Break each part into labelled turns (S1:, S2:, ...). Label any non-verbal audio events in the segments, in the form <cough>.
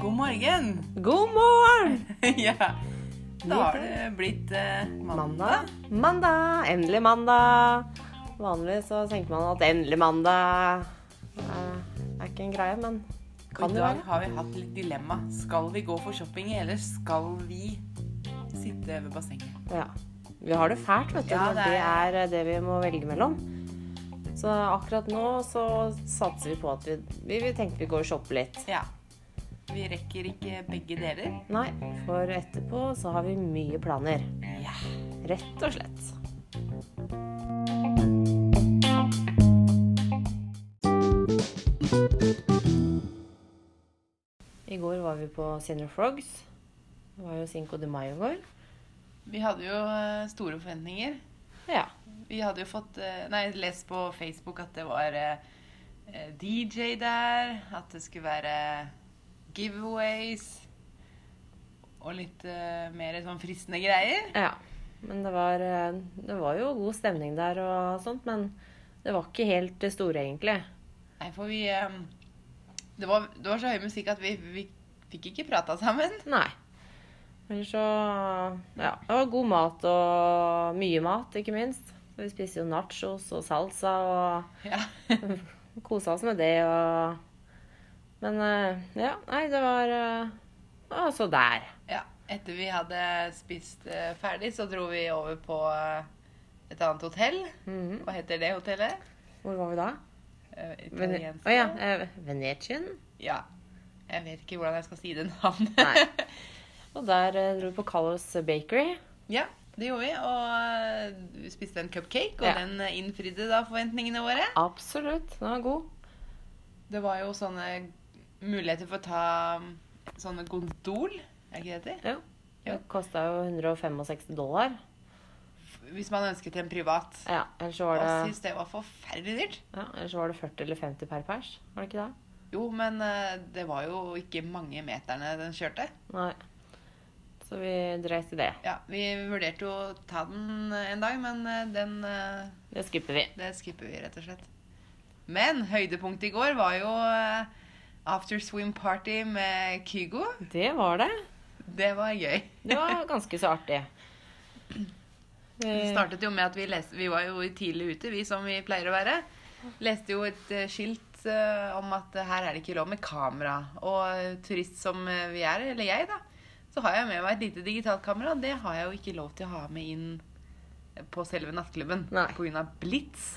S1: God morgen! <laughs>
S2: God morgen!
S1: ja. Da har det blitt eh, mandag.
S2: Mandag. Endelig mandag. Vanlig så tenker man at endelig mandag eh, er ikke en greie, men
S1: Og
S2: kan
S1: I
S2: det
S1: dag
S2: være.
S1: har vi hatt litt dilemma. Skal vi gå for shopping, eller skal vi sitte ved bassenget?
S2: Ja. Vi har det fælt, vet du,
S1: Ja,
S2: når
S1: det
S2: det
S1: er-
S2: er eh, det vi må velge mellom. Så akkurat nå så satser vi på at vi, vi, vi tenker vi går og shopper litt.
S1: Ja. Vi rekker ikke begge deler.
S2: Nei, for etterpå så har vi mye planer.
S1: Ja.
S2: Rett og slett. I går var vi på Senior Frogs. Det var jo Cinco de Mayo i går.
S1: Vi hadde jo eh, store forventninger.
S2: Ja.
S1: Vi hadde jo fått eh, Nei, lest på Facebook at det var eh, eh, DJ der. At det skulle være giveaways. Og litt eh, mer sånn fristende greier.
S2: ja. Men det var, eh, det var jo god stemning der og sånt, men det var ikke helt det store, egentlig.
S1: Nei, for vi eh, det, var, det var så høy musikk at vi, vi fikk ikke prata sammen.
S2: Nei. Men så Ja, det var god mat og mye mat, ikke minst. Vi spiste jo nachos og salsa og
S1: Ja.
S2: kosa oss med det og Men eh, ja, nei, det var eh, Og så der.
S1: <laughs> ja. Etter vi hadde spist eh, ferdig, så dro vi over på eh, et annet hotell.
S2: Mhm.
S1: Hva heter det hotellet?
S2: Hvor var vi da?
S1: Eh,
S2: Vene
S1: italiensk.
S2: Å ja. eh, Venetian.
S1: Ja. Jeg vet ikke hvordan jeg skal si det navnet.
S2: Nei. Og der eh, dro vi på Colors Bakery.
S1: <laughs> ja, det gjorde vi. Og eh, vi spiste en cupcake, og
S2: Ja.
S1: den eh, innfridde da forventningene våre.
S2: Absolutt. Den var god.
S1: Det var jo sånne muligheter for å ta mm, sånne gondol. Er ikke det det heter?
S2: Jo. Det kosta jo 165 dollar.
S1: Hvis man ønsket en privat.
S2: Ja, ellers så var
S1: Og
S2: det
S1: syns det var forferdelig dyrt.
S2: Ja, ellers så var det 40 eller 50 per pers. Var det ikke det?
S1: Jo, men eh, det var jo ikke mange meterne den kjørte.
S2: Nei. Så vi dreit i det.
S1: Ja, Vi vurderte jo å ta den eh, en dag, men eh, den eh,
S2: Det skipper vi.
S1: Det skipper vi, rett og slett. Men høydepunktet i går var jo eh, after swim party med Kygo.
S2: Det var det.
S1: Det var gøy.
S2: Det var ganske så artig. Eh,
S1: Det
S2: Vi-
S1: startet jo med at vi leste Vi var jo tidlig ute, vi som vi pleier å være. Leste jo et eh, skilt eh, om at eh, her er det ikke lov med kamera. Og eh, turist som eh, vi er, eller jeg, da, så har jeg med meg et lite digitalt kamera. Det har jeg jo ikke lov til å ha med inn på selve nattklubben
S2: Nei.
S1: pga. blits.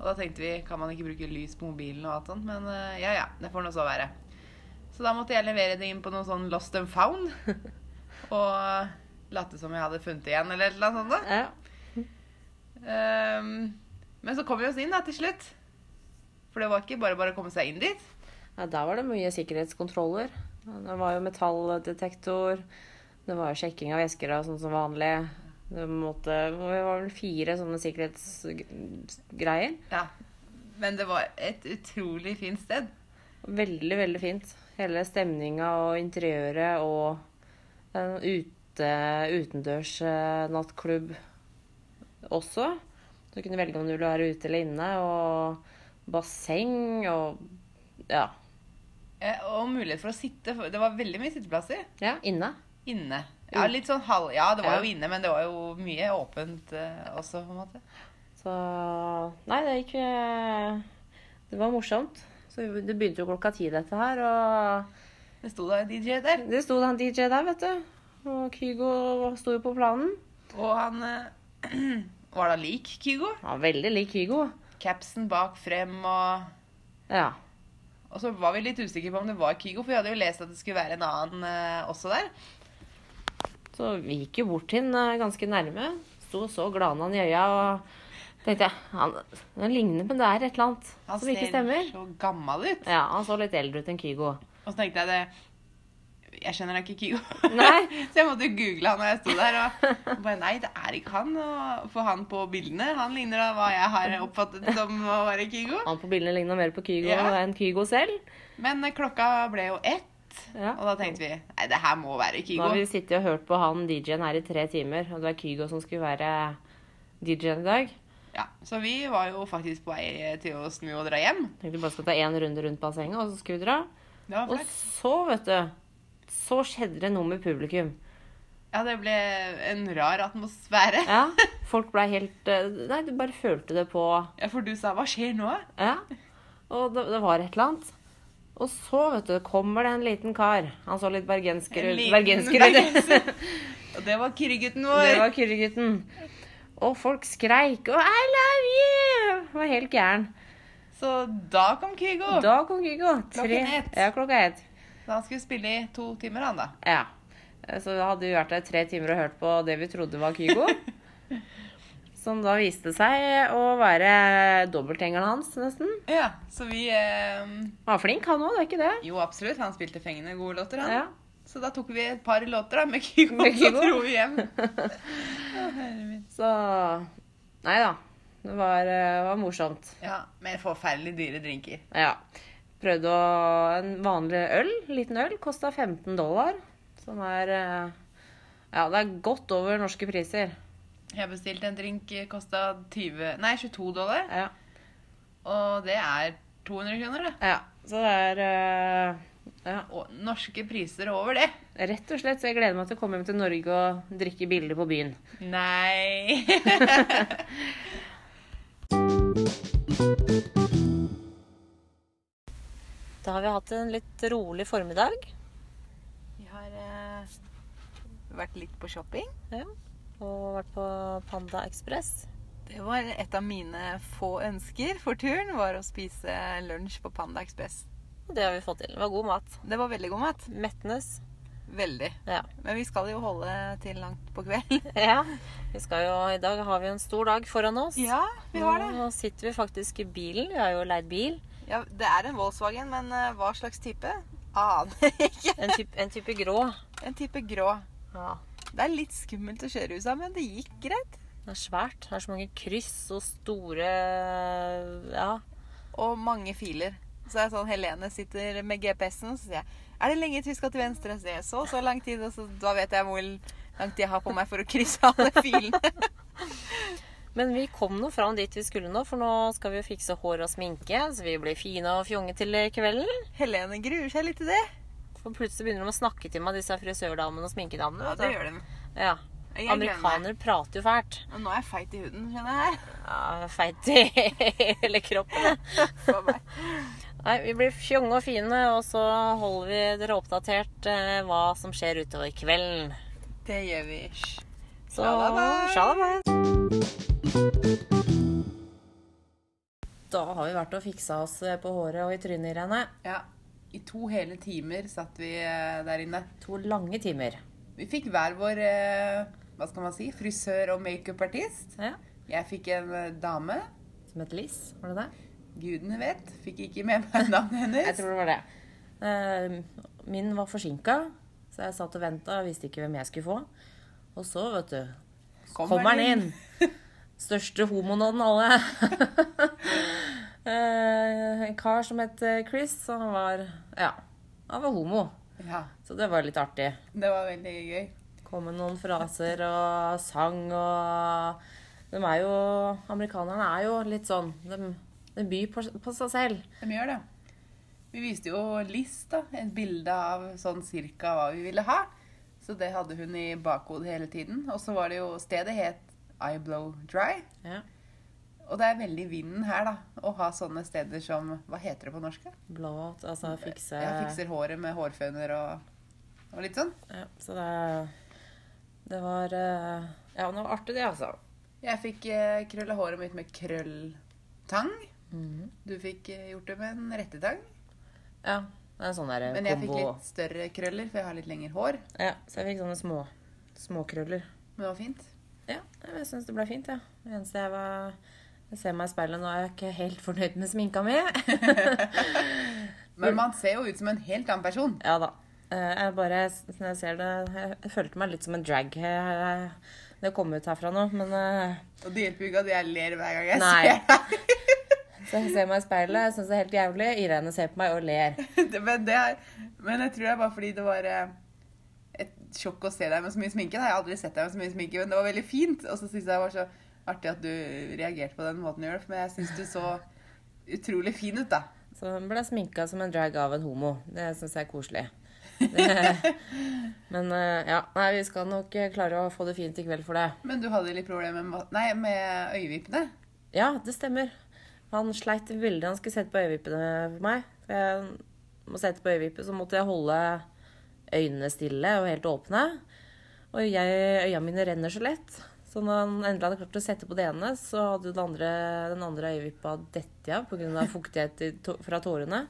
S1: Og da tenkte vi kan man ikke bruke lys på mobilen og alt sånt, men eh, ja ja, det får nå så være. Så da måtte jeg levere det inn på noe sånn lost and found. Og late som jeg hadde funnet det igjen, eller et eller annet sånt.
S2: Ja.
S1: da. Ehm, men så kom vi oss inn da, til slutt. For det var ikke bare bare å komme seg inn dit.
S2: ja, der var det mye sikkerhetskontroller. Det var jo metalldetektor. Det var jo sjekking av esker og sånn som vanlig. Det måtte, det var vel fire sånne sikkerhetsgreier.
S1: Ja. Men det var et utrolig fint sted.
S2: Veldig, veldig fint. Hele stemninga og interiøret og en ute, utendørs eh, nattklubb også. Du kunne velge om du ville være ute eller inne, og basseng og ja.
S1: Eh, Og mulighet for å sitte. for Det var veldig mye sitteplasser
S2: ja inne.
S1: inne. Ja, litt sånn halv... Ja, det var
S2: Mm. Ja.
S1: jo inne, men det var jo mye åpent eh, også, på en måte.
S2: Så Nei, det gikk eh, Det var morsomt. Så vi- Det begynte jo klokka ti, dette her, og
S1: Det sto da en DJ der.
S2: det sto da en DJ der, vet du. Og Kygo sto jo på planen.
S1: Og han eh, <clears throat> var da lik Kygo.
S2: Han var veldig lik Kygo.
S1: Capsen bak frem og
S2: Ja.
S1: Og så var vi litt usikre på om det var Kygo, for vi hadde jo lest at det skulle være en annen eh, også der.
S2: Så vi gikk jo bort til den eh, ganske nærme. Sto og så glana han i øya og tenkte jeg, han, han ligner, men det er et eller annet
S1: Han
S2: som ikke stemmer.
S1: så gammel ut.
S2: Ja, han så litt eldre ut enn Kygo.
S1: Og så tenkte jeg det Jeg skjønner da ikke Kygo.
S2: Nei.
S1: <laughs> så jeg måtte jo google han når jeg sto der. Og bare nei, det er ikke han. Og for han på bildene, han ligner da hva jeg har oppfattet som å være Kygo.
S2: Han på bildene ligna mer på Kygo
S1: Ja.
S2: enn Kygo selv.
S1: Men eh, klokka ble jo ett,
S2: Ja.
S1: og da tenkte vi nei, det her må være
S2: Nå har
S1: Kygo.
S2: vi sittet og hørt på han DJ-en her i tre timer, og det var Kygo som skulle være DJ-en i dag.
S1: Ja, så vi var jo faktisk på vei til å snu og dra hjem.
S2: Tenkte bare skal ta én runde rundt bassenget, og så skulle vi dra.
S1: Det var
S2: Og
S1: flaks.
S2: så, vet du, så skjedde det noe med publikum.
S1: Ja, det ble en rar atmosfære.
S2: Ja, folk blei helt eh, Nei, du bare følte det på
S1: <laughs> Ja, for du sa 'hva skjer nå'?
S2: Ja. Og det, det var et eller annet. Og så, vet du, kommer det en liten kar. Han så litt bergensker
S1: En
S2: ut.
S1: liten
S2: Bergensker ut.
S1: bergenser. <laughs> Og det var kyrrgutten
S2: <laughs> Det
S1: vår.
S2: var Kyrregutten. Og folk skreik og 'I love you!' Det var helt gæren.
S1: Så da kom Kygo.
S2: Da kom Kygo. Tre-
S1: Klokken ett.
S2: Ja, klokka ett.
S1: Så han skulle spille i to timer, han da.
S2: Ja. Så vi hadde vi vært der i tre timer og hørt på det vi trodde var
S1: <laughs>
S2: Kygo. som da viste seg å være dobbelthengeren hans, nesten.
S1: Ja, så vi eh,
S2: Han var flink, han òg, det er ikke det?
S1: Jo, absolutt. Han spilte fengende gode låter, han.
S2: Ja.
S1: Så da tok vi et par låter da, med Kygo,
S2: Med Kygo.
S1: så dro vi <laughs> hjem. Å, herre min.
S2: Så Nei da. Det var, eh, var morsomt.
S1: ja, Med forferdelig dyre drinker.
S2: Ja. Prøvde å En vanlig øl, liten øl, kosta 15 dollar. Som er eh, Ja, det er godt over norske priser.
S1: Jeg bestilte en drink, kosta 20 Nei, 22 dollar.
S2: Ja.
S1: Og det er 200 kroner, det.
S2: ja. Så det er eh, Ja.
S1: Og norske priser over det.
S2: Rett og slett. Så jeg gleder meg til å komme hjem til Norge og drikke billig på byen.
S1: Nei <laughs>
S2: Da har vi hatt en litt rolig formiddag.
S1: Vi har eh, vært litt på shopping.
S2: Ja. Og vært på Panda Ekspress.
S1: Det var et av mine få ønsker for turen, var å spise lunsj på Panda Express.
S2: Og det har vi fått til. Det var god mat.
S1: Det var veldig god mat.
S2: Metnes.
S1: Veldig.
S2: Ja.
S1: Men vi skal jo holde til langt på kveld.
S2: ja. Vi skal jo, I dag har vi en stor dag foran oss.
S1: <laughs> Ja, vi har det.
S2: Nå sitter vi faktisk i bilen. Vi har jo leid bil.
S1: Ja, det er en Volkswagen, men eh, hva slags type? Aner <laughs> ikke.
S2: En type, en type grå.
S1: En type grå.
S2: Ja.
S1: Det er litt skummelt å kjøre USA, men det gikk greit.
S2: Det er svært. Det er så mange kryss og store Ja.
S1: Og mange filer. Så er det sånn, Helene sitter med GPS-en, så sier jeg Er det lenge til vi skal til venstre? Så sier jeg så så lang tid, og så, da vet jeg hvor lang tid jeg har på meg for å krysse alle filene.
S2: Men vi kom nå fram dit vi skulle nå, for nå skal vi jo fikse hår og sminke. Så vi blir fine og fjonge til kvelden.
S1: Helene gruer seg litt til det.
S2: For plutselig begynner de å snakke til meg, disse frisørdamene og sminkedamene.
S1: Ja,
S2: vet
S1: det
S2: du.
S1: gjør de.
S2: Ja.
S1: Jeg gleder meg.
S2: Amerikanere prater jo fælt.
S1: Og Nå er jeg feit i huden, skjønner jeg. <laughs>
S2: Ja, <laughs> Feit i hele kroppen.
S1: For meg.
S2: Nei, vi blir fjonge og fine, og så holder vi dere oppdatert eh, hva som skjer utover kvelden.
S1: Det gjør vi. Hysj.
S2: Så
S1: Shalabais!
S2: shalabais! Da har vi vært og fiksa oss eh, på håret og i trynet, Irene.
S1: Ja. I to hele timer satt vi eh, der inne.
S2: To lange timer.
S1: Vi fikk hver vår eh, hva skal man si, frisør og makeupartist.
S2: Ja.
S1: Jeg fikk en eh, dame.
S2: Som het Liss, var det det?
S1: Gudene vet. Fikk ikke med meg navnet hennes.
S2: Jeg tror det var det. Eh, Min var forsinka, så jeg satt og venta og visste ikke hvem jeg skulle få. Og så, vet du, Kommer han inn? Største homoen av den alle. <laughs> Eh, en kar som het eh, Chris, og han var Ja, han var homo.
S1: <laughs> Ja,
S2: Så det var litt artig.
S1: det var veldig gøy.
S2: Kom med noen fraser og sang og De er jo Amerikanerne er jo litt sånn De, de byr på, på seg selv.
S1: De gjør det. Vi viste jo Liss da, et bilde av sånn cirka hva vi ville ha. Så det hadde hun i bakhodet hele tiden. Og så var det jo Stedet het I Blow Dry.
S2: Ja.
S1: Og det er veldig vinden her, da. Å ha sånne steder som Hva heter det på norsk? da?
S2: Blowout, altså fikse
S1: Ja, fikser håret med hårføner og, og litt sånn.
S2: ja, Så det, det var eh, Ja, det var artig, det, altså.
S1: Jeg fikk eh, krølla håret mitt med krølltang.
S2: Mhm.
S1: Du fikk eh, gjort det med en rettetang.
S2: Ja. Det er en sånn der
S1: Men jeg fikk
S2: kombo.
S1: litt større krøller, for jeg har litt lengre hår.
S2: Ja, så jeg fikk sånne små småkrøller.
S1: Men det var fint.
S2: Ja, jeg syns det ble fint, ja. Det eneste jeg var Jeg ser meg i speilet nå, er jeg ikke helt fornøyd med sminka mi. <laughs>
S1: Men man ser jo ut som en helt annen person.
S2: ja da. Eh, Jeg bare Når jeg ser det Jeg følte meg litt som en drag eh, når jeg kom ut herfra nå, men eh,
S1: Og det hjelper jo ikke at jeg ler hver gang jeg
S2: Nei.
S1: ser deg.
S2: Så jeg ser meg i speilet, jeg syns det er helt jævlig. Irene ser på meg og ler.
S1: <laughs> Det- men, det er, men jeg tror det er bare fordi det var eh, et sjokk å se deg med så mye sminke. da. Jeg har aldri sett deg med så mye sminke, men det var veldig fint. Og så synes jeg det var så Artig at du reagerte på den måten du gjør det, for jeg syns du så utrolig fin ut, da.
S2: Så hun ble sminka som en drag av en homo. Det syns jeg er koselig. <laughs> Det- Men eh, ja, nei, vi skal nok eh, klare å få det fint i kveld for det.
S1: Men du hadde litt problemer med, ma- nei, med øyevippene.
S2: Ja, det stemmer. Han sleit veldig. Han skulle sette på øyevippene for meg. For jeg må sette på øyevippe, så måtte jeg holde øynene stille og helt åpne. Og jeg, øya mine renner så lett. Så når han endelig hadde klart å sette på det ene, så hadde jo den andre, den andre øyevippa dette av pga. fuktighet i tå- fra tårene.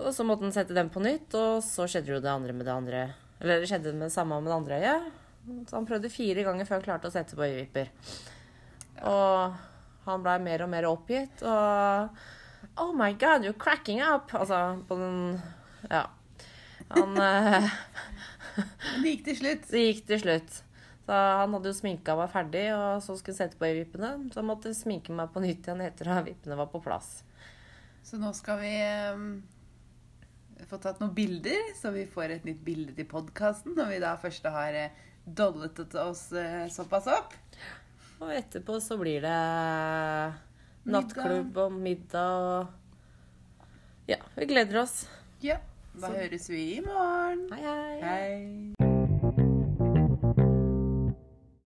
S2: Og så måtte han sette den på nytt, og så skjedde jo det andre med det andre. Eller det skjedde det samme med det andre øyet. Så han prøvde fire ganger før han klarte å sette på øyevipper. Og han ble mer og mer oppgitt. Og Oh my God, you're cracking up! Altså på den Ja. Han eh, <laughs>
S1: Men det gikk til slutt.
S2: Det gikk til slutt. Så han hadde jo sminka meg ferdig, og så skulle jeg sette på øyevippene. Så jeg måtte sminke meg på nytt igjen etter at vippene var på plass.
S1: Så nå skal vi eh, få tatt noen bilder, så vi får et nytt bilde til podkasten når vi da først har eh, dollet oss eh, såpass opp.
S2: Og etterpå så blir det nattklubb og middag og Ja, vi gleder oss.
S1: Ja. Da høres vi i morgen.
S2: Hei, hei.
S1: Hei.